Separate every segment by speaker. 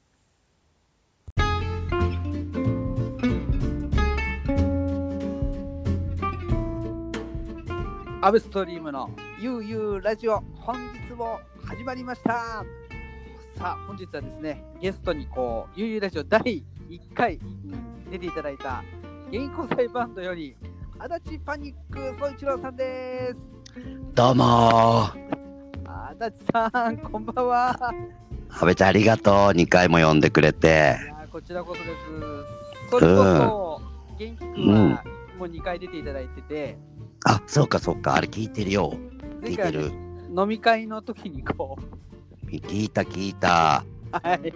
Speaker 1: アベストリームのゆうゆうラジオ本日も始まりましたさあ本日はですねゲストにこうゆうゆうラジオ第1回に出ていただいた現役交際バンドより足立パニック総一郎さんです
Speaker 2: どうもー。
Speaker 1: 足立さんこんばんは
Speaker 2: 阿部ちゃんありがとう。2回も呼んでくれて。
Speaker 1: いやこちらこそですそれこそ元気くんはもう2回出ていただいてて
Speaker 2: あ、そうかそうか。あれ聞いてるよ。聞
Speaker 1: 前
Speaker 2: いて
Speaker 1: 回
Speaker 2: る。
Speaker 1: 飲み会の時にこう
Speaker 2: 聞いた聞いた。
Speaker 1: はい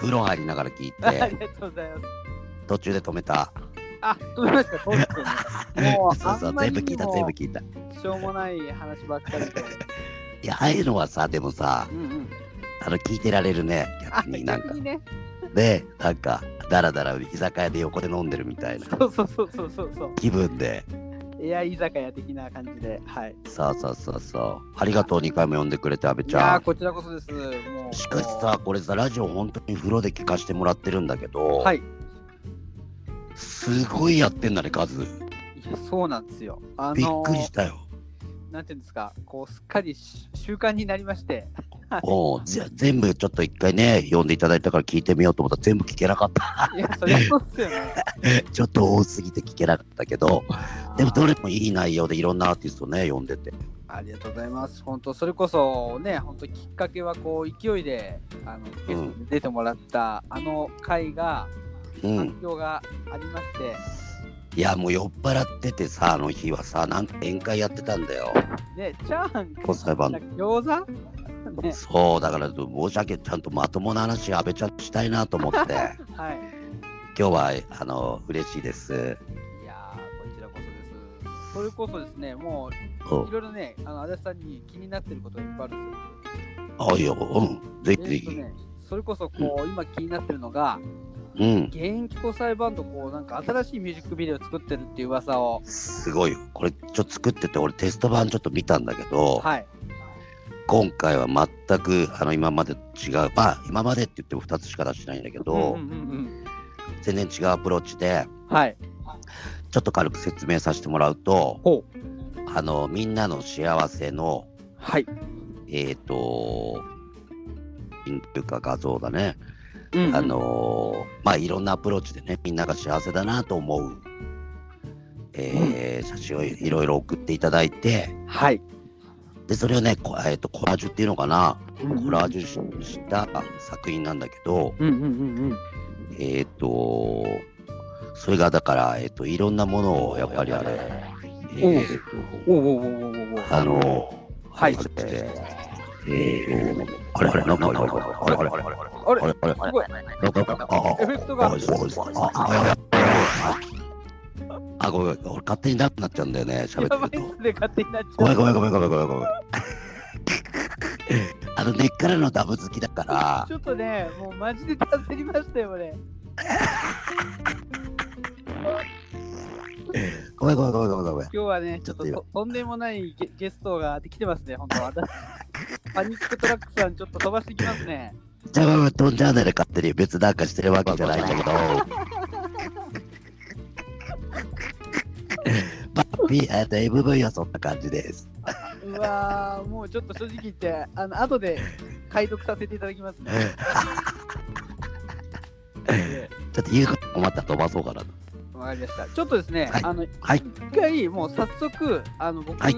Speaker 2: 風呂入りながら聞い
Speaker 1: あ
Speaker 2: て。
Speaker 1: りがとうございます
Speaker 2: 途中で止めた。
Speaker 1: あ、どうしましたそうですよね。もう、
Speaker 2: そうそ
Speaker 1: あ。
Speaker 2: うん
Speaker 1: まり
Speaker 2: 全部
Speaker 1: に
Speaker 2: 聞いた、
Speaker 1: も
Speaker 2: 全部聞いた。い
Speaker 1: しょうもない話ばっかりで。
Speaker 2: や、ああいうのはさ、でもさ
Speaker 1: う、んうん。
Speaker 2: あの、聞いてられるね。
Speaker 1: あ、
Speaker 2: 逆になん
Speaker 1: 逆
Speaker 2: か
Speaker 1: に。ね。
Speaker 2: で、なんか、だらだら居酒屋で横で飲んでるみたいな
Speaker 1: そうそうそうそうそうそ
Speaker 2: 気分で。
Speaker 1: う。エア居酒屋的な感じで。はい。
Speaker 2: そうそうそうそう。ありがとう、2回も呼んでくれて、阿部
Speaker 1: い
Speaker 2: ち
Speaker 1: や
Speaker 2: ゃ
Speaker 1: ー、こちらこそです。も
Speaker 2: ん。
Speaker 1: う。
Speaker 2: しかしさ、これさ、ラジオ本当に風呂で聞かせてもらってるんだけど、
Speaker 1: はい。い
Speaker 2: すごいやってんだね、数。
Speaker 1: や、そうなんですよ。あ
Speaker 2: びっ
Speaker 1: の
Speaker 2: くりしたよ。
Speaker 1: なんていうんですか、こう、すっかりし習慣になりま して。
Speaker 2: おうぜ全部ちょっと一回ね、読んでいただいたから聞いてみようと思ったら全部聞けなかった。
Speaker 1: いや、そりゃそうっすよね。
Speaker 2: ちょっと多すぎて聞けなかったけど、 でもど
Speaker 1: れ
Speaker 2: れもいい内容でいろんなアーティストね、読んでて。
Speaker 1: ありがとうございます。本当それこそね、本当きっかけはこう勢いであのゲストに出てもらったあの回が
Speaker 2: うん。
Speaker 1: 反響がありまして、
Speaker 2: いや、もう酔っ払っててさ、あの日はさ、なんか宴会やってたんだよ。
Speaker 1: ね、チャーハン
Speaker 2: 交際バンド
Speaker 1: 餃子ね、
Speaker 2: そう、だから申し訳、ちゃんとまともな話、安倍ちゃんとしたいなと思って、
Speaker 1: はい。
Speaker 2: 今日は、あの、嬉しいです。
Speaker 1: いやー、こちらこそです。それこそですね、も
Speaker 2: う
Speaker 1: うい
Speaker 2: ん
Speaker 1: ろいろね、あの足立さんに気になってることがいっぱいあるんですよ。
Speaker 2: あ、いいよ、うん。ぜひぜ
Speaker 1: えーと
Speaker 2: ひ。
Speaker 1: ね、それこそこう、今気になってるのが、
Speaker 2: うん。
Speaker 1: 現役交際バンド、こう、なんか新しいミュージックビデオ作ってるっていう噂を。
Speaker 2: すごいよ。これ、ちょっと作ってて、俺テスト版ちょっと見たんだけど、
Speaker 1: はい。
Speaker 2: 今回は全くあの今までと違うまあ今までって言っても2つしか出してないんだけど、
Speaker 1: うんうんうん
Speaker 2: 全然違うアプローチで
Speaker 1: うん、はい。
Speaker 2: ちょっと軽く説明させてもらうと
Speaker 1: ほう。
Speaker 2: あのみんなの幸せの
Speaker 1: はい。
Speaker 2: えっ、とピンというか画像だね、
Speaker 1: うんうん
Speaker 2: あ、のまあいろんなアプローチでねみんなが幸せだなと思う、えー写真をいろいろ送っていただいて
Speaker 1: はい。
Speaker 2: でそれをねこ、えー、とコラージュっていうのかなコラージ
Speaker 1: ュ。
Speaker 2: ュしした作品なんだけど、
Speaker 1: うんうんうんうん。
Speaker 2: えっ、と、それがだから、えっ、と、いろんなものを、やっぱりあれ、えっ、
Speaker 1: おうおうおうおうおうおう
Speaker 2: と、あの、
Speaker 1: はい。
Speaker 2: あ
Speaker 1: す
Speaker 2: れえーとあれあれ、なんか、あれあれ、あ
Speaker 1: あれ
Speaker 2: れあれ、あれあれ、あれ
Speaker 1: ごい。
Speaker 2: なんか、ああ、
Speaker 1: エフェクトが
Speaker 2: あ。あああやばいあ、ごめん、俺勝手になくなっちゃうんだよね、
Speaker 1: や
Speaker 2: 喋
Speaker 1: ば
Speaker 2: っ
Speaker 1: い
Speaker 2: てると
Speaker 1: っ。すね、勝手になっち
Speaker 2: ごめ
Speaker 1: ゃ
Speaker 2: ん、
Speaker 1: う。
Speaker 2: ごめん、ごめん、ごめん、ごめん、ごめん。あの、根っからのダブ好きだから
Speaker 1: ち、ょっとね、もうマジで焦りましたよ、俺。
Speaker 2: ごめん、ごめん、ごめん、ごめん、ごめん。
Speaker 1: 今日はね、ち
Speaker 2: ち
Speaker 1: ょっ
Speaker 2: ょっ
Speaker 1: と
Speaker 2: と今
Speaker 1: ととんでもないゲゲストが来てますね、本当私。パニックトラックさん、ちょっと飛ばしていきますね。
Speaker 2: じゃあ、まあ飛んじゃうなら勝手に別なんかしてるわけじゃないんだけど。まあ、P、えっと、MV はそんな感じです。
Speaker 1: うわー、もうちょっと正直言って、あの後で解読させていただきますね。
Speaker 2: ちょっと言うこと困ったら飛ばそうかな。
Speaker 1: わかりました。ちょっとですね、
Speaker 2: はい
Speaker 1: あの、
Speaker 2: はい。
Speaker 1: 一回、もう早速、あの、僕、
Speaker 2: はい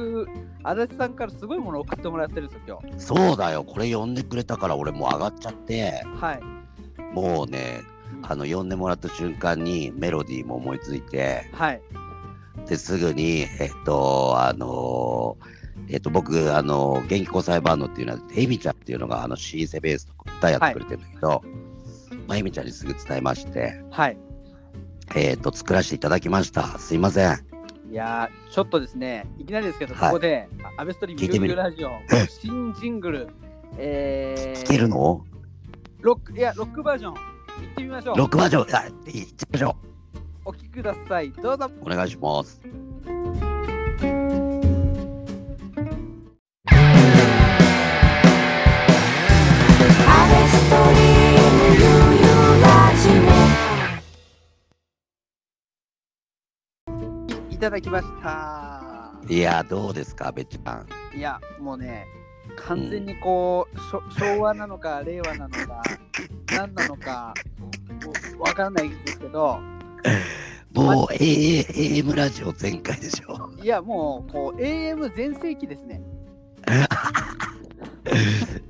Speaker 1: 足立さんからすごいものを送ってもらってるんですよ、今
Speaker 2: そうだよ。これ呼んでくれたから俺もう上がっちゃって、
Speaker 1: 日。はい。
Speaker 2: もうね、あの、呼んでもらった瞬間にメロディーも思いついて、
Speaker 1: はい。
Speaker 2: で、すぐに、えっと、あのえっと、僕、あの、元気交際バンドっていうのは、エミちゃんっていうのが、あの、シーセベースと歌やってくれてるんだけど、まあ、エミちゃんにすぐ伝えまして、
Speaker 1: はい。
Speaker 2: えっ、と、作らせていただきました。すいません。
Speaker 1: いいやーちょっとですね、いきなりですけど、
Speaker 2: はい
Speaker 1: ここで、あアベストリーム
Speaker 2: 聞いてみ
Speaker 1: 悠
Speaker 2: る
Speaker 1: 々ラジオ、新ジングル、え
Speaker 2: 聞け
Speaker 1: ー、
Speaker 2: るの
Speaker 1: ロック、いや、ロックバージョン、行ってみましょう。
Speaker 2: ロックバージョン、あいっちゃいましょ
Speaker 1: お聞きください、どうぞ。
Speaker 2: う。お願いします。
Speaker 3: ストリームゆうゆうラジ
Speaker 1: いただきました。
Speaker 2: いやー、どうですか、べっちゃん。
Speaker 1: いや、もうね、完全にこう、しょ昭和なのか、令和なのか、何なのか、わわかんないですけど、
Speaker 2: もう AM ラジオ全開でしょ。
Speaker 1: いや、もう、こう、AM 全盛期ですね。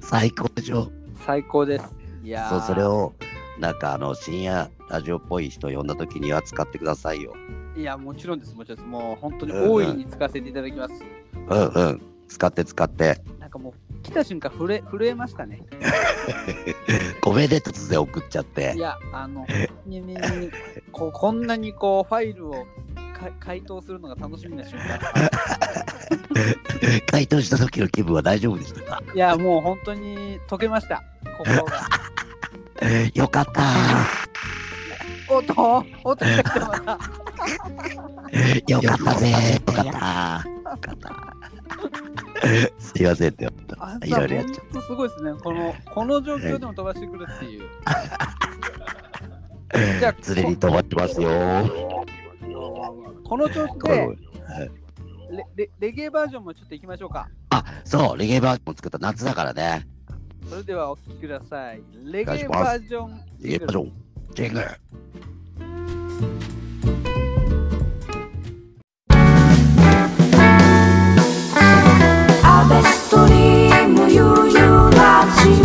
Speaker 2: 最高でしょ。
Speaker 1: 最高です。いやー
Speaker 2: そう、それを、なんかあの、深夜ラジオっぽい人呼んだ時には使ってくださいよ。
Speaker 1: いや、もちろんです、もちろんです。もう本当に大いに使わせていただきます。
Speaker 2: うんうん。使って使って。
Speaker 1: なんかもう、来た瞬間震え、震えましたね。
Speaker 2: ごめんね、突然送っちゃって
Speaker 1: い。や、あの、にににこうこんなにこう、ファイルをか回答するのが楽しみな瞬 間。
Speaker 2: 回答した時の気分は大丈夫でしたか
Speaker 1: いや、もう本当に溶けました、心 が。
Speaker 2: よかった
Speaker 1: おっと、おっと、来た来たま た。
Speaker 2: よかったぜよかったよかったすいませんって
Speaker 1: あん
Speaker 2: い
Speaker 1: た、
Speaker 2: ろいろやっ
Speaker 1: 本
Speaker 2: ちゃ
Speaker 1: 当すごいですね。この、この状況でも飛ばしてくるって いう。じゃあ
Speaker 2: う常に止まってますよ
Speaker 1: この調子
Speaker 2: ごめん
Speaker 1: で
Speaker 2: ごめん
Speaker 1: レレレゲエバージョンもちょっといきましょうか。
Speaker 2: あそうレゲエバージョン作った夏だからね
Speaker 1: それではお聞きください。レ
Speaker 2: 願い
Speaker 1: ゲ
Speaker 2: し
Speaker 1: エ
Speaker 2: ます
Speaker 1: バージョン
Speaker 2: レゲエバージョンジェングル
Speaker 3: オアベストリームゆうゆうラジ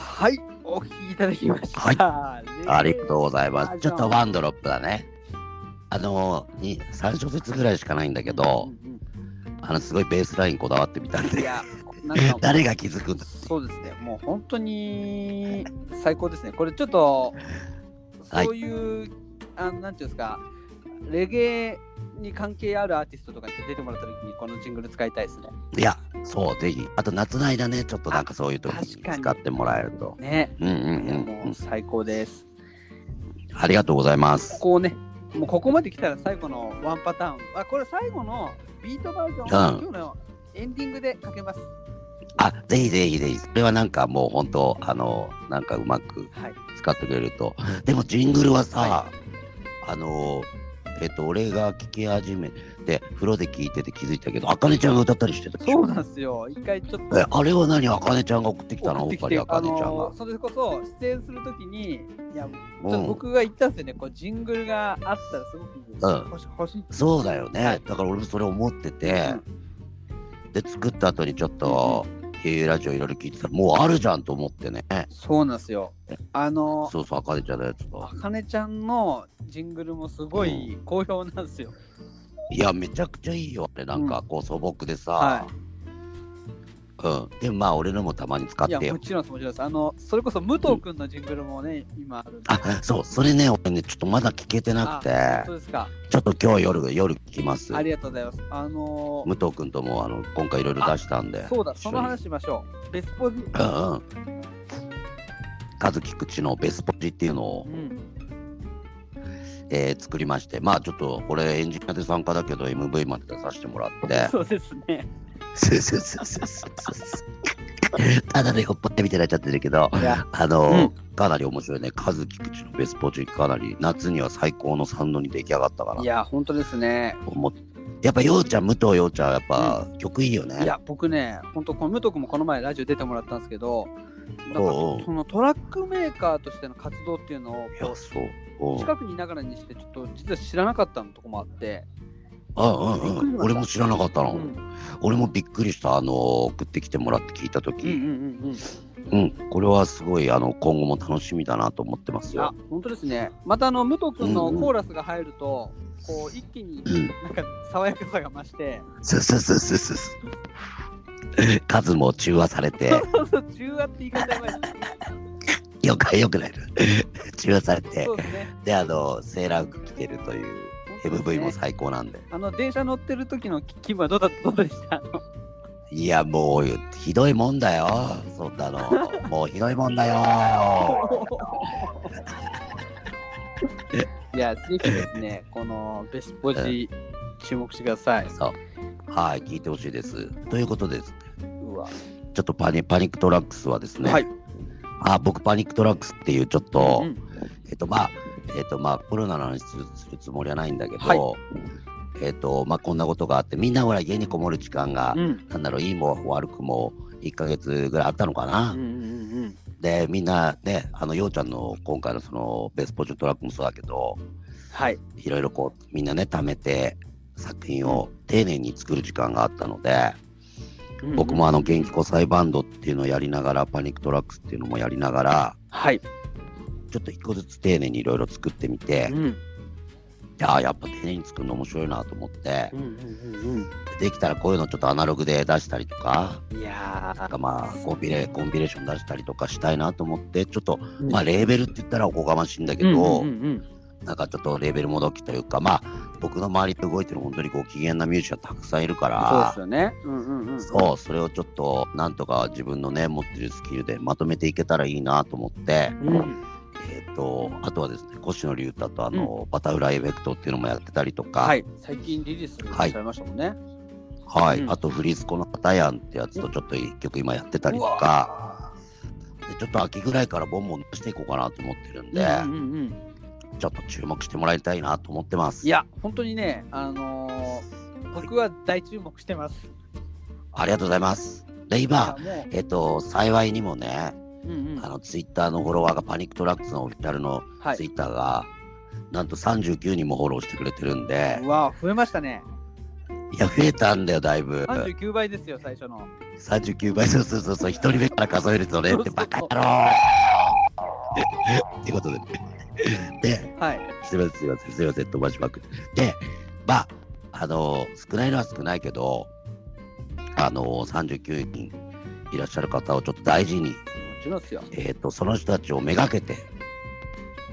Speaker 1: はい、お聞きいただきました。
Speaker 2: はいありがとうございま
Speaker 1: レ
Speaker 2: す
Speaker 1: ゲ
Speaker 2: ち
Speaker 1: エ
Speaker 2: ょ
Speaker 1: バー
Speaker 2: っ
Speaker 1: ジョ
Speaker 2: と
Speaker 1: ン
Speaker 2: ワンドロップだねあのに3小節ぐらいしかないんだけど、
Speaker 1: うん
Speaker 2: あのすごいベースラインこだわってみたん
Speaker 1: うんい
Speaker 2: で
Speaker 1: や、なんか、
Speaker 2: 誰が気づくんだ
Speaker 1: そうですね、もう本当に最高ですね。これちょっと、
Speaker 2: はい
Speaker 1: そういう、あのなんていうんですか、レゲエに関係あるアーティストとかに出てもらったときに、このジングル使いたいですね。
Speaker 2: いやそうぜひあと夏の間ねちょっとなんかそういう時
Speaker 1: あ確か
Speaker 2: に
Speaker 1: に
Speaker 2: 使ってもらえると
Speaker 1: ね。
Speaker 2: うんうん
Speaker 1: いや
Speaker 2: うんう
Speaker 1: も
Speaker 2: ん
Speaker 1: う最高です。
Speaker 2: ありがとうございま
Speaker 1: こ
Speaker 2: す。
Speaker 1: こをね、もうここまで来たら最後のワンパターン。あ、これ最後のビートバージョン
Speaker 2: う
Speaker 1: を
Speaker 2: ん
Speaker 1: 今日のエンディングでかけます。
Speaker 2: あ、ぜひぜひぜひ、それはなんかもう本当、あの、なんかうまく
Speaker 1: はい。
Speaker 2: 使ってくれると。でも、ジングルはさ、
Speaker 1: は
Speaker 2: あの、えっと、俺が聞き始めて、風呂で聞いてて気づいたけど、あかねちゃんが歌ったりしてたでし
Speaker 1: そ
Speaker 2: ょ
Speaker 1: うなんですよ。一回ちょっと
Speaker 2: え、。あれは何あかねちゃんが送ってきたの
Speaker 1: 送
Speaker 2: お
Speaker 1: って
Speaker 2: っ
Speaker 1: き
Speaker 2: ぱ
Speaker 1: て
Speaker 2: りあかねちゃんが
Speaker 1: の。それこそ出演するときに、いや、ちょっ
Speaker 2: う
Speaker 1: と
Speaker 2: ん。
Speaker 1: 僕が言ったんですよね、こうジングルがあったらすごく
Speaker 2: ん
Speaker 1: 欲し,、欲しいって
Speaker 2: そうだよね。だから俺もそれ思ってて、で、作った後にちょっと、ゆうラジオいろいろ聞いてたら、もうあるじゃんと思ってね。
Speaker 1: そうなんですよ。あの、
Speaker 2: そうそう、あかねちゃんのやつと
Speaker 1: あ。かねちゃんのジングルもすごい好評なんですよ。
Speaker 2: いや、めちゃくちゃいいよ。あれ、なんか、こう、素朴でさ
Speaker 1: は。
Speaker 2: うん。で、まあ、俺のもたまに使っ
Speaker 1: いや、
Speaker 2: て
Speaker 1: も
Speaker 2: よ。
Speaker 1: ちろんです、もちろんです。あの、それこそ武藤君のジングルもね、今あるんで。
Speaker 2: あ、そう、それね、俺ね、ちょっとまだ聞けてなく
Speaker 1: あ
Speaker 2: て
Speaker 1: そ、うですか。
Speaker 2: ちょっと今日夜、夜聞きます
Speaker 1: あ。りがとうございます。あの
Speaker 2: 武藤君とも、あの、今回いろいろ出したんで。
Speaker 1: そうだ、その
Speaker 2: 一
Speaker 1: 話しましょう。ベスポジ。
Speaker 2: 緒に。うんうん。和樹口のベスポジっていうのを
Speaker 1: う、ん。
Speaker 2: えー作りまして、まあ、ちょっと、これ、エンジニアで参加だけど、MV まで出させてもらって。
Speaker 1: そうですね。
Speaker 2: そうそうそうそうそう。 ただね、ほっぱってみたいになっちゃってるけど。
Speaker 1: いや、
Speaker 2: あの、
Speaker 1: うん
Speaker 2: かなり面白いね。和樹口のベスポジかなり夏には最高のサンドに出来上がったかない
Speaker 1: や、本当ですね。
Speaker 2: と思って。やっぱようちゃん、武藤ようちゃん、やっぱ、曲いいよね。
Speaker 1: いや、僕ね、本当この武藤君もこの前ラジオ出てもらったんですけど、なんか
Speaker 2: おうおう
Speaker 1: そのトラックメーカーとしての活動っていうのを
Speaker 2: い
Speaker 1: こ
Speaker 2: や、そう。う
Speaker 1: うん近くにいながらにして、ちょっと実は知らなかったのとこもあって、
Speaker 2: あ
Speaker 1: びっ
Speaker 2: う
Speaker 1: くりしまし
Speaker 2: んうん。
Speaker 1: た
Speaker 2: 俺も知らなかった
Speaker 1: う
Speaker 2: の。
Speaker 1: ん
Speaker 2: 俺もびっくりした。あの、送ってきてもらって聞いたと
Speaker 1: うんうん
Speaker 2: き、
Speaker 1: うんうん。
Speaker 2: うん、これはすごい、あの、今後も楽しみだなと思ってます
Speaker 1: あ
Speaker 2: よ。、
Speaker 1: 本当ですね。またあの武藤君の
Speaker 2: うんうん
Speaker 1: コーラスが入ると、こう一気に
Speaker 2: うん。
Speaker 1: なんか爽やかさが増して、
Speaker 2: そうそうそうそうそう。数も中和されて、
Speaker 1: そうそう中和って言い方やばいですね。
Speaker 2: よくよくないの治療されて
Speaker 1: そうですね。
Speaker 2: であのセーラー服着てるという
Speaker 1: 本当です
Speaker 2: MV も
Speaker 1: ね
Speaker 2: 最高なんで
Speaker 1: あの電車乗ってる時の気分はどうだどうでした あの
Speaker 2: いやもうひどいもんだよそん なのもうひどいもんだよ
Speaker 1: いや、ぜひですね、このベスポジ、注目してください。
Speaker 2: そうはい聞いてほしいですということです
Speaker 1: うわ。
Speaker 2: ちょっとパニパニックトラックスはですね、
Speaker 1: はい。
Speaker 2: あ僕パニックトラックスっていうちょっと、
Speaker 1: うん
Speaker 2: えっとまあ、えっとまあ、コロナの話するするつもりはないんだけど、
Speaker 1: はい
Speaker 2: えっとまあ、こんなことがあって、みんなほら家にこもる時間が、
Speaker 1: うん。
Speaker 2: なんだろう、いいも悪くも1ヶ月ぐらいあったの
Speaker 1: う
Speaker 2: かな。
Speaker 1: んうんうん。
Speaker 2: で、みんなね、あの、ようちゃんの今回のそのベスポジョントラックもそうだけど、
Speaker 1: はい。
Speaker 2: いろいろこう、みんなね、貯めて、作品を丁寧に作る時間があったので、僕も。あの、元気子サイバンドっていうのをやりながら、パニックトラックスっていうのもやりながら、
Speaker 1: はい。
Speaker 2: ちょっと一個ずつ丁寧にいろいろ作ってみて、
Speaker 1: うん。
Speaker 2: ああ、やっぱ丁寧に作るの面白いなと思って
Speaker 1: う、んうんうん
Speaker 2: できたらこういうのちょっとアナログで出したりとか、
Speaker 1: うん。いや
Speaker 2: なんかまあ、コンビレ、コンビレーション出したりとかしたいなと思って、ちょっと、
Speaker 1: ー。
Speaker 2: まあ、
Speaker 1: だ
Speaker 2: レーベルって言ったらおこがましいんだけ
Speaker 1: けど、
Speaker 2: ど、
Speaker 1: うんうん
Speaker 2: なんかちょっとレーベルもどきというか、まあ、僕の周りと動いてる本当にご機嫌なミュージシャンたくさんいるか
Speaker 1: そうで
Speaker 2: ら
Speaker 1: す、よね。うんうんうん。
Speaker 2: そう、それをちょっと、なんとか自分のね、持ってるスキルでまとめていけたらいいなと思って、
Speaker 1: うん。
Speaker 2: えっ、と、あとはですね、越野龍太とあの、バタフライエフェクトっていうのもやってたりとか、
Speaker 1: はい。最近リリースされましたもんね。
Speaker 2: はい、
Speaker 1: うん
Speaker 2: あとフリスコのパタヤンってやつとちょっと一曲今やってたりと
Speaker 1: う
Speaker 2: か、
Speaker 1: わ
Speaker 2: でちょっと秋ぐらいからボンボン出していこうかなと思ってるん
Speaker 1: ー。
Speaker 2: で、
Speaker 1: うんうんうん。
Speaker 2: ちょっと注目してもらいたいなと思ってます。
Speaker 1: いや、本当にね、あのー、僕は大注目してます。
Speaker 2: ありがとうございます。で、今、
Speaker 1: いやも
Speaker 2: えっ、と、幸いにもね、
Speaker 1: う、うんうん
Speaker 2: あ。の、ツイッターのフォロワーがパニックトラックスのオフィシャルの
Speaker 1: は
Speaker 2: ツイ
Speaker 1: い。
Speaker 2: ッターが、なんと39人もフォローしてくれてるんで
Speaker 1: う、わー、増えましたね。
Speaker 2: いや、増えたんだよ、だいぶ。
Speaker 1: 39倍ですよ、最初の。
Speaker 2: 39倍、そうそうそうそう、1人目から数えるとね、ってバカ野郎 ってことでね。で、
Speaker 1: はい。
Speaker 2: すいません、すいません、すいません、飛ばしまくって。で、まあ、あのー少ないのは少ないけど、あのー、39人いらっしゃる方をちょっと大事に、
Speaker 1: もちろんですよ。
Speaker 2: えっ、と、その人たちをめがけて、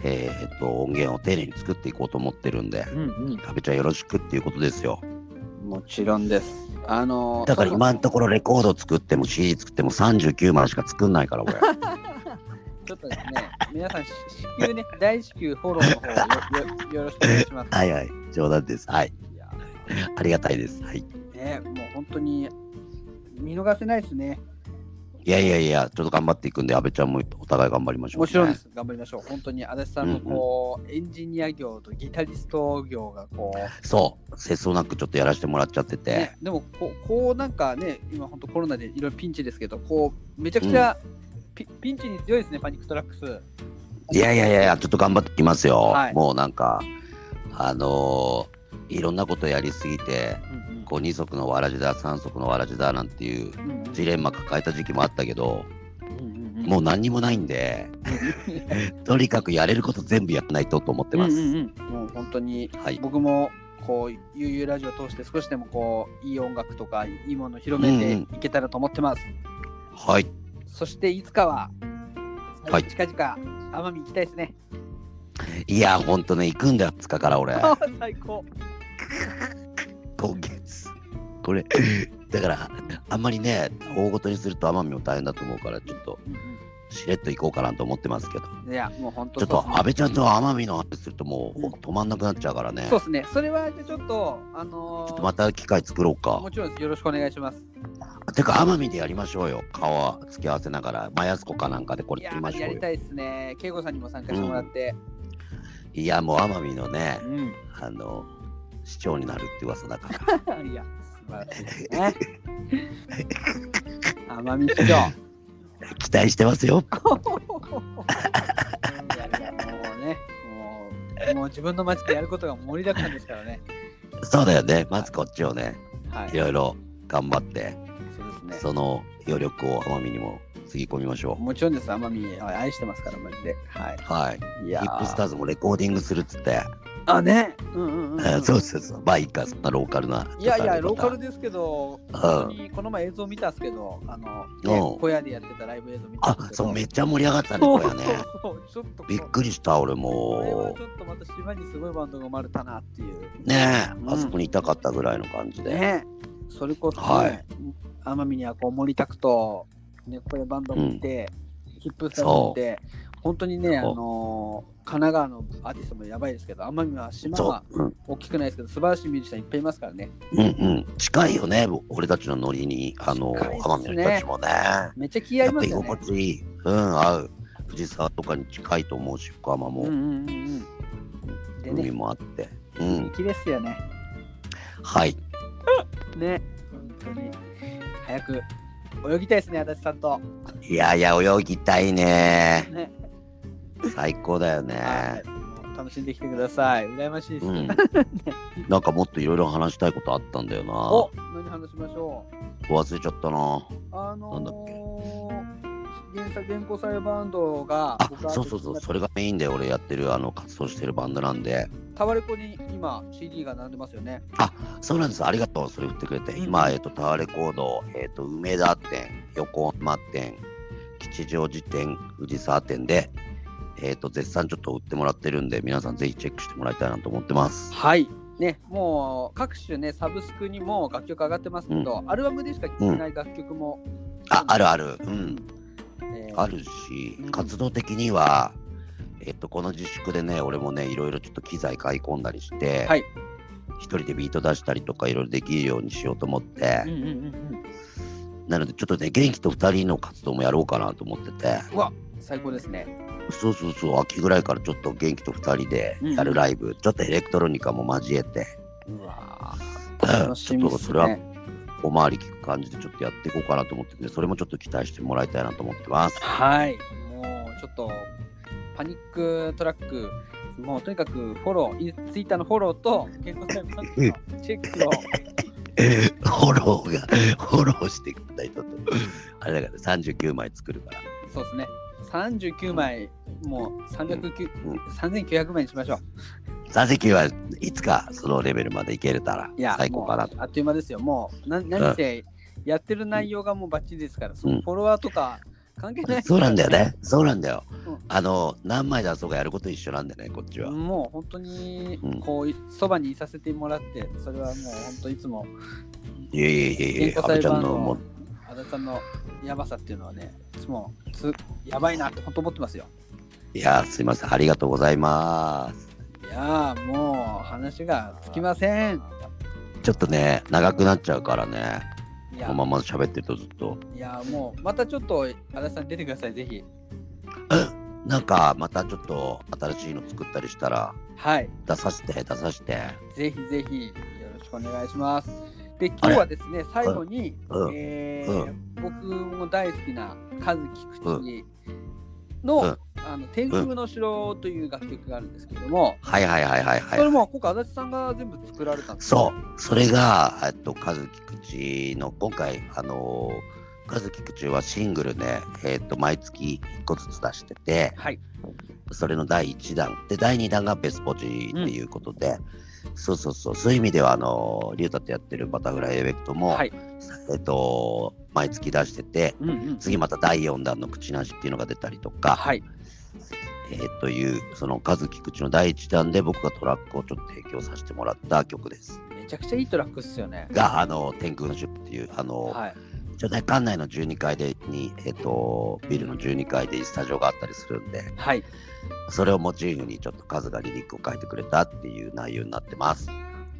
Speaker 2: えっ、と、音源を丁寧に作っていこうと思ってるんで、
Speaker 1: うんうん。
Speaker 2: 食べちゃんよろしくっていうことですよ。
Speaker 1: もちろんです。あのー
Speaker 2: だから
Speaker 1: その
Speaker 2: 今のところレコード作っても CD 作っても39枚しか作んないから、俺。
Speaker 1: ちょっとですね、皆さん、し至急ね、大至急フォローの方をよよよろしくお願いします。
Speaker 2: はいはい、冗談です。はい、
Speaker 1: いや
Speaker 2: ありがたいです。はい。
Speaker 1: ね、もう本当に見逃せないですね。
Speaker 2: いやいやいや、ちょっと頑張っていくんで、安倍ちゃんもお互い頑張りましょう、
Speaker 1: もちろんです。頑張りましょう。本当に足立さんのこう、エンジニア業とギタリスト業がこう、
Speaker 2: そう、節操なくちょっとやらせてもらっちゃってて、
Speaker 1: ね、でもこう、こうなんかね、今本当コロナでいろいろピンチですけど、こう、めちゃくちゃピ,、ピンチに強いですね、パニックトラックス。
Speaker 2: いやいやいやいや、ちょっと頑張ってきますよ。
Speaker 1: はい
Speaker 2: もうなんか、あのーいろんなことやりすぎて、
Speaker 1: うん
Speaker 2: こう二足のわらじだ、三足のわらじだなんていう
Speaker 1: うんうん
Speaker 2: ジレンマ抱えた時期もあったけど、
Speaker 1: うんうんうん
Speaker 2: もう何にもない んで、とにかくやれること全部やらないとと思ってます。
Speaker 1: うんうんうん、もう本当に
Speaker 2: はい、
Speaker 1: 僕もこう「ゆうゆうラジオ」を通して少しでもこういい音楽とかいいものを広めていけたらと思ってます、
Speaker 2: はい、
Speaker 1: そしていつかは、
Speaker 2: はい
Speaker 1: 近々奄美行きたいですね
Speaker 2: いや、ほんとね、行くんだよ、2日から俺。
Speaker 1: 最高
Speaker 2: 今月。これ、 だから、あんまりね、大ごとにすると奄美も大変だと思うから、ちょっと、しれっと行こうかなと思ってますけど。
Speaker 1: いやもう本当
Speaker 2: ちょっと安倍ちゃんと奄美の話するともう止まんなくなっちゃうからね。ち
Speaker 1: そ
Speaker 2: ょ
Speaker 1: うですねそれはじゃあちょっとあのー
Speaker 2: っとまた機会作ろうか
Speaker 1: も。ちろんですよろしくお願いします
Speaker 2: てか奄美でやりましょうよ。顔は付き合わせながら、マヤスコかなんかでこれ
Speaker 1: いや
Speaker 2: やりまし
Speaker 1: ーや
Speaker 2: ょう
Speaker 1: り
Speaker 2: よ。
Speaker 1: たいですね慶吾さんにも参加してもらって、
Speaker 2: いやもう奄美のね
Speaker 1: う、ん
Speaker 2: あの市長になるって噂だから。
Speaker 1: いや素晴らしいですね奄美市長
Speaker 2: 期待してますよ。
Speaker 1: いやいやもうね、もう、もう自分の街でやることが盛りだくさんですからね。
Speaker 2: そうだよね。まずこっちをね、
Speaker 1: はい。
Speaker 2: いろいろ頑張って、
Speaker 1: そうですね。
Speaker 2: その余力を奄美にもつぎ込みましょう。
Speaker 1: もちろんです、奄美愛してますから、マジで。はい。
Speaker 2: はい。
Speaker 1: い
Speaker 2: ヒ
Speaker 1: やー
Speaker 2: ップスターズもレコーディングするっつって。
Speaker 1: あね。うんうんうん、
Speaker 2: うんそうそうそう。まあいいか、そんなローカルな。
Speaker 1: いやい
Speaker 2: ちょっとあ
Speaker 1: や、
Speaker 2: れ
Speaker 1: ローカル
Speaker 2: ま
Speaker 1: ですけど、
Speaker 2: ん
Speaker 1: 本当にこの前映像見たんですけど、あの、ね
Speaker 2: うん
Speaker 1: 小屋でやってたライブ映像見
Speaker 2: た
Speaker 1: たんです
Speaker 2: あ
Speaker 1: けど。
Speaker 2: そう、めっちゃ盛り上がったね、
Speaker 1: そう
Speaker 2: こ
Speaker 1: そう
Speaker 2: れね。
Speaker 1: そう、ちょっとこう
Speaker 2: びっくりした、俺
Speaker 1: これは
Speaker 2: も
Speaker 1: ちょっとまた島にすごいバンドが生まれたなっていう。
Speaker 2: う。ねえ、
Speaker 1: うん
Speaker 2: あそこにいたかったぐらいの感じで。
Speaker 1: ねそれこそ、ね
Speaker 2: はい
Speaker 1: 奄美にはこう森拓と、ね、これバンドもいて、ヒップスターもいて、本当にね、あ
Speaker 2: そう
Speaker 1: のー神奈川のアーティストもやばいですけど、奄美は島
Speaker 2: そ
Speaker 1: は
Speaker 2: う、うん、
Speaker 1: 大きくないですけど、素晴らしいミュージシャンいっぱいいますからね。
Speaker 2: うん、うん、近いよね、俺たちのノリに、あの、
Speaker 1: 近いっすね
Speaker 2: 浜辺の人たちもね。
Speaker 1: めっちゃ気合い
Speaker 2: やっ
Speaker 1: ま
Speaker 2: ぱ
Speaker 1: す
Speaker 2: 居
Speaker 1: よね
Speaker 2: 心。地いい。うん、合う。藤沢とかに近いと思うし、横浜
Speaker 1: うんう
Speaker 2: も、
Speaker 1: んうんうん。で
Speaker 2: 海
Speaker 1: ね、
Speaker 2: もあって。う
Speaker 1: 人
Speaker 2: ん、
Speaker 1: 気ですよね。
Speaker 2: はい。
Speaker 1: ね、本当に。早く泳ぎたいですね、足立さんと。
Speaker 2: いやいや、泳ぎた いね。
Speaker 1: ね、
Speaker 2: 最高だよ
Speaker 1: は
Speaker 2: ね
Speaker 1: い。もう楽しんできてください。羨ましいです。
Speaker 2: うん。なんかもっといろいろ話したいことあったんだよ
Speaker 1: お
Speaker 2: な。
Speaker 1: 何話しましょう
Speaker 2: 忘れちゃったな。
Speaker 1: あ
Speaker 2: なんだっ
Speaker 1: のー、原作原稿祭バンドが
Speaker 2: あ
Speaker 1: 僕、は
Speaker 2: そうそうそう、それがメインで俺やってる、あの、活動してるバンドなんで。
Speaker 1: タワレコに今 CD が並んでますよね。
Speaker 2: そうなんです、ありがとう、それ振ってくれて。
Speaker 1: うん
Speaker 2: 今、えっと、タワーレコード、えっと、梅田店、横浜店、吉祥寺店、藤沢店で、えっと、絶賛ちょっと売ってもらってるんで、皆さんぜひチェックしてもらいたいなと思ってます。
Speaker 1: はい。ね、もう各種ねサブスクにも楽曲上がってますけど、アルバムでしか聴けない楽曲も、
Speaker 2: あ、あるある。うん。
Speaker 1: えー
Speaker 2: あるし
Speaker 1: うん、
Speaker 2: 活動的には、えっと、この自粛でね、俺もね、いろいろちょっと機材買い込んだりして、
Speaker 1: はい
Speaker 2: 一人でビート出したりとか、いろいろできるようにしようと思って、
Speaker 1: うんうんうんうん。
Speaker 2: なので、ちょっとね、元気と二人の活動もやろうかなと思ってて、
Speaker 1: うわ、最高ですね。
Speaker 2: そうそうそう、秋ぐらいからちょっと元気と二人でやるライブ、ちょっとエレクトロニカも交えて、
Speaker 1: うわ
Speaker 2: う
Speaker 1: ー、
Speaker 2: ん
Speaker 1: 楽しみで
Speaker 2: ちょっと
Speaker 1: す
Speaker 2: それは
Speaker 1: ね。
Speaker 2: おまわり聞く感じでちょっとやっていこうかなと思ってて、それもちょっと期待してもらいたいなと思ってます。
Speaker 1: はい。もうちょっとパニックトラック。もうとにかくフォロー、ツイッターのフォローと、原稿祭バンドのチェックを
Speaker 2: フォローが、フォローしてくんないとと、あれだから、39枚作るから。
Speaker 1: そうですね。39枚、もう300
Speaker 2: うん
Speaker 1: 3900枚にしましょう。
Speaker 2: 座席はいつかそのレベルまでいけれたら
Speaker 1: いや、
Speaker 2: 最高かな
Speaker 1: も
Speaker 2: と
Speaker 1: う。あっという間ですよ。もう、な何せ、やってる内容がもうバッチリですから、そのフォロワーとか関係ないです
Speaker 2: そ
Speaker 1: か
Speaker 2: うな
Speaker 1: ら
Speaker 2: んだよ。ね。そうなんだよ
Speaker 1: うん。
Speaker 2: あの、何枚出そうかやること一緒なんだよね、こっちは。
Speaker 1: もう本当に
Speaker 2: うん、
Speaker 1: こう、そばにいさせてもらって、それはもう本当いつも、
Speaker 2: いえいえいえいえ、
Speaker 1: 原
Speaker 2: 阿
Speaker 1: 稿
Speaker 2: 部
Speaker 1: 裁
Speaker 2: ちゃ
Speaker 1: 判
Speaker 2: んのも
Speaker 1: の
Speaker 2: う、
Speaker 1: 足立さんのやばさっていうのはね、いつもつやばいなって本当思ってますよ。
Speaker 2: いやー、すいません、ありがとうございます。
Speaker 1: いやー、もう話がつきません。
Speaker 2: ちょっとね、長くなっちゃうからね、
Speaker 1: い
Speaker 2: こ
Speaker 1: や
Speaker 2: のまま喋ってるとずっと。
Speaker 1: いやーもう、またちょっと足立さん出てください、ぜひ。
Speaker 2: うん、なんか、またちょっと新しいの作ったりしたら、
Speaker 1: はい。
Speaker 2: 出させて、出させて。
Speaker 1: ぜひぜひよろしくお願いします。で、今日はですね、最後に、
Speaker 2: うん
Speaker 1: え
Speaker 2: う
Speaker 1: ー僕も大好きな和菊池の、
Speaker 2: うん
Speaker 1: あの天空の城という楽曲があるんですけれども、
Speaker 2: はいはいはいはい
Speaker 1: それ
Speaker 2: はい。
Speaker 1: も今回足立さんが全部作られたんです
Speaker 2: そ
Speaker 1: よ
Speaker 2: う、それが、えっと、和樹口の、今回、あのー、和樹口はシングルで、えっと、毎月1個ずつ出してて、
Speaker 1: はい。
Speaker 2: それの第1弾。で、第2弾がベスポジっていうことで、そうそうそう、そういう意味では、あのー、リュウタとやってるバタフライエフェクトも、
Speaker 1: はい。
Speaker 2: えっと、毎月出してて、
Speaker 1: うんうん。
Speaker 2: 次また第4弾の口なしっていうのが出たりとか、
Speaker 1: はい。
Speaker 2: えー、という、その和樹口の第1弾で僕がトラックをちょっと提供させてもらった曲です。
Speaker 1: めちゃくちゃいいトラックっすよね。
Speaker 2: が、あの、天空のシップっていう、あの、
Speaker 1: はい。
Speaker 2: ちょっとね館内の12階でに、えっとビルの12階でスタジオがあったりするんで
Speaker 1: はい。
Speaker 2: それをモチーフにちょっと数がリリックを書いてくれたっていう内容になってます。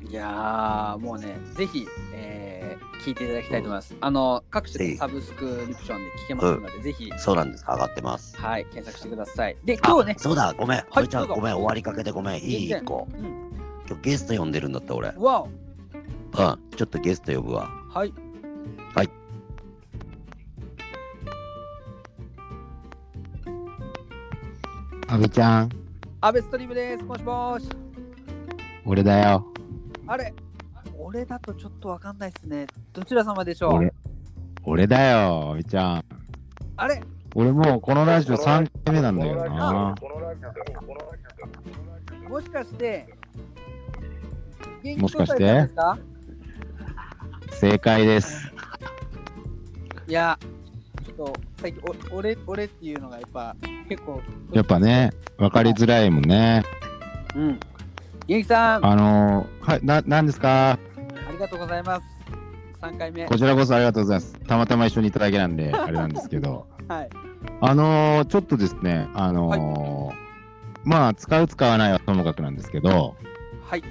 Speaker 1: いやー、もうね、ぜひ、えー、聞いていただきたいと思います。あの、各種
Speaker 2: ぜ
Speaker 1: で
Speaker 2: ひ
Speaker 1: サブスクリプションで聞けますので、ぜひ、
Speaker 2: そうなんです上がってます。
Speaker 1: はい、検索してください。で、
Speaker 2: あ
Speaker 1: 今日ね、
Speaker 2: そうだごめん、
Speaker 1: い
Speaker 2: おいちゃん
Speaker 1: どうぞ
Speaker 2: ごめん終わりかけてごめんいい
Speaker 1: 全然
Speaker 2: 一個
Speaker 1: うん、
Speaker 2: 今日ゲスト呼んでるんだった俺、うん、ち
Speaker 1: わ
Speaker 2: ょっとゲスト呼ぶわ。
Speaker 1: おはい。
Speaker 2: はい。
Speaker 4: 阿部ちゃん、
Speaker 1: アベストリームです。もしもし。
Speaker 4: 俺だよ。
Speaker 1: あれ俺だとちょっとわかんないですね。どちら様でしょう
Speaker 4: 俺、俺だよ、阿部ちゃん。
Speaker 1: あれ
Speaker 4: 俺もうこのラジオ3回目なんだよな。
Speaker 1: もしかして、元
Speaker 4: もしかして
Speaker 1: 交際さんですか
Speaker 4: 正解です。
Speaker 1: いや、ちょっと最近お、俺、俺っていうのがやっぱ結構、
Speaker 4: やっぱね、わかりづらいもんね。
Speaker 1: うん。元気さん、あ
Speaker 4: あのー、はい、な、なんですか
Speaker 1: りがとうございます。3回目。
Speaker 4: こちらこそありがとうございます。たまたま一緒にいただけなんで、あれなんですけど。
Speaker 1: はい。
Speaker 4: あのー、ちょっとですね、あのーまあ、使う使わないはともかくなんですけど、
Speaker 1: はい。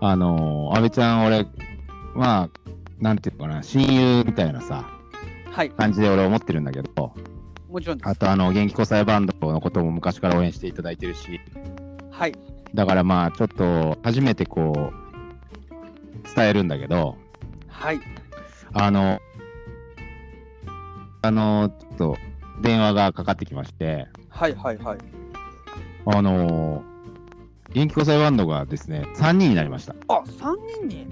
Speaker 4: あのー、安倍ちゃん、俺、まあ、なんていうのかな、親友みたいなさ、
Speaker 1: はい。
Speaker 4: 感じで俺思ってるんだけど、
Speaker 1: もちろんです。
Speaker 4: あと、あの、元気交際バンドのことも昔から応援していただいてるし、
Speaker 1: はい。
Speaker 4: だからまあ、ちょっと、初めてこう、伝えるんだけど、
Speaker 1: はい。
Speaker 4: あの、あの、ちょっと、電話がかかってきまして、
Speaker 1: はい。はい。はい。
Speaker 4: あのー、元気交際バンドがですね、3人になりました。
Speaker 1: あ、三人 に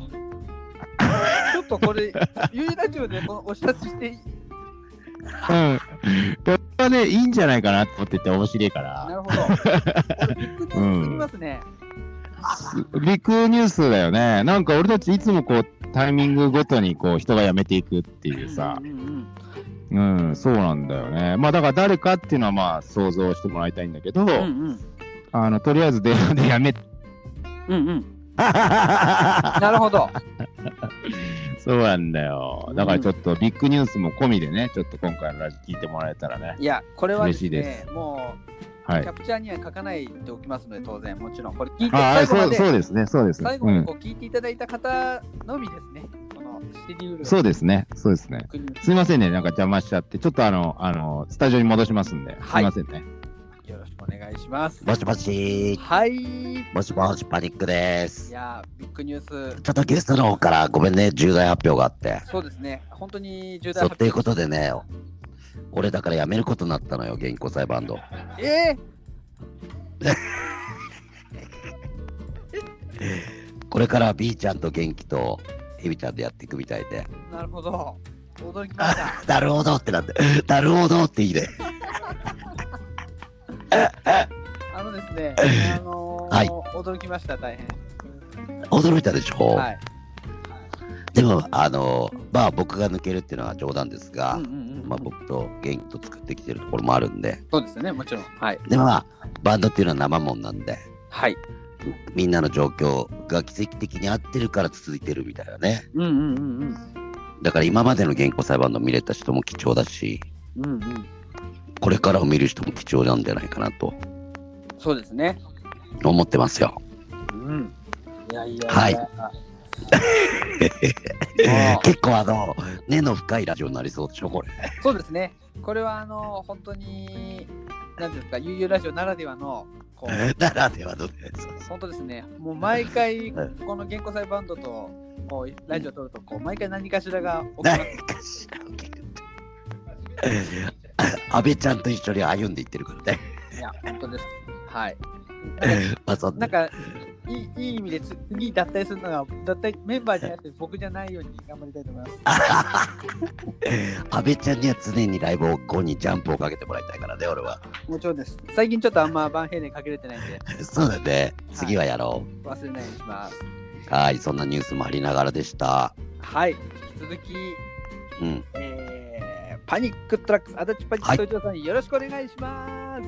Speaker 1: ちょっとこれ、ゆいラジオでこのお知らせしていい
Speaker 4: うん。これはね、いいんじゃないかなと思ってて面白いか
Speaker 1: な
Speaker 4: ら。
Speaker 1: るほど。これビッグニュースすぎますね。
Speaker 4: ビッグニュースだよね。なんか俺たちいつもこう、タイミングごとにこう、人が辞めていくっていうさ
Speaker 1: う。んうんうん
Speaker 4: うん、そうなんだよね。まあだから誰かっていうのはまあ想像してもらいたいんだけど、
Speaker 1: うんうん。
Speaker 4: あの、とりあえず電話で辞め て。
Speaker 1: うんうん。なるほど。
Speaker 4: そうなんだよ。だからちょっとビッグニュースも込みでね、ちょっと今回のラジオ聞いてもらえたらね。
Speaker 1: いや、これはですね、
Speaker 4: 嬉しいで
Speaker 1: も
Speaker 4: は
Speaker 1: う、キ
Speaker 4: い
Speaker 1: ャ。プチャーには書かないでおきますので、当然、もちろん。これ聞いて、
Speaker 4: ああ、
Speaker 1: 最後
Speaker 4: そ
Speaker 1: ま
Speaker 4: う
Speaker 1: で、
Speaker 4: そうですね、そうです。
Speaker 1: 最後
Speaker 4: う
Speaker 1: まで
Speaker 4: ん
Speaker 1: こ、う聞いていただいた方のみですね、このシリウル
Speaker 4: そうですね、そうですね。
Speaker 1: 国
Speaker 4: すいませんね、なんか邪魔しちゃって、ちょっとあの、あの、スタジオに戻しますんで、
Speaker 1: はい
Speaker 4: すいませんね。
Speaker 1: よろしくお願いします。
Speaker 2: もしもし、
Speaker 1: はい。い
Speaker 2: もしもし、パニックです。
Speaker 1: やー、ビッグニュース、
Speaker 2: ちょっとゲストの方からごめんね、重大発表があって。
Speaker 1: そうですね、本当に重大
Speaker 2: そう、
Speaker 1: 発
Speaker 2: という
Speaker 1: 表。
Speaker 2: ことでね、俺だから辞めることになったのよ、原稿裁判の。
Speaker 1: え
Speaker 2: これから B ちゃんと元気とエビちゃんでやっていくみたいで、
Speaker 1: ー、なるほど。驚きま した。
Speaker 2: なるほどってなって、なるほどっていいね。
Speaker 1: あのですね、あのー
Speaker 2: はい
Speaker 1: 驚きました、大変。
Speaker 2: 驚いたでしょ、
Speaker 1: はい。
Speaker 2: でも、あの、まあ僕が抜けるっていうのは冗談ですが、
Speaker 1: うんうんうん
Speaker 2: まあ僕と元気と作ってきてるところもあるんで、
Speaker 1: そうですよね、もちろん。はい。
Speaker 2: でもまあ、バンドっていうのは生もんなんで、
Speaker 1: はい。
Speaker 2: みんなの状況が奇跡的に合ってるから続いてるみたいなね。
Speaker 1: うんうんうんうん。
Speaker 2: だから今までの原稿裁判の見れた人も貴重だし、
Speaker 1: うんうん。
Speaker 2: これからを見る人も貴重なんじゃないかなと
Speaker 1: そうですね。
Speaker 2: 思ってますよ。
Speaker 1: うん。いやいや
Speaker 2: はい
Speaker 1: やもう
Speaker 2: 結構あの、根の深いラジオになりそうでしょ、これ。
Speaker 1: そうですね。これはあの本当に何ですか、悠々ラジオならではのこう
Speaker 2: ならではのね。そう
Speaker 1: 本当ですね。もう毎回
Speaker 2: はい
Speaker 1: この原稿祭バンドとこうラジオ撮るとこう毎回何かしらが起きます。
Speaker 2: 何かしら受ける。安倍ちゃんと一緒に歩んでいってるからね。
Speaker 1: いや本当です。はい。
Speaker 2: まあそん
Speaker 1: な
Speaker 2: なん
Speaker 1: かいいいい意味でつ次脱退するのが脱退メンバーじゃなくて僕じゃないように頑張りたいと思います。
Speaker 2: 安倍ちゃんには常にライブを後にジャンプをかけてもらいたいからね、俺は。
Speaker 1: もちろんです。最近ちょっとあんまバンヘイレンかけれてないんで
Speaker 2: そうだね。次はやろ
Speaker 1: 忘れないようにします。
Speaker 2: う。はい、そんなニュースもありながらでした。
Speaker 1: はい。引き続き。
Speaker 2: うん。
Speaker 1: えーパニックトラックス、足立パニック東京さん、よろしくお願いします。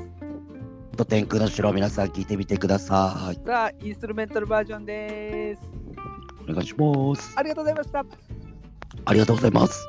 Speaker 2: と天空の城、皆さん聞いてみてください。
Speaker 1: さあ、インストゥルメンタルバージョンです。
Speaker 2: お願いします。
Speaker 1: ありがとうございました。
Speaker 2: ありがとうございます。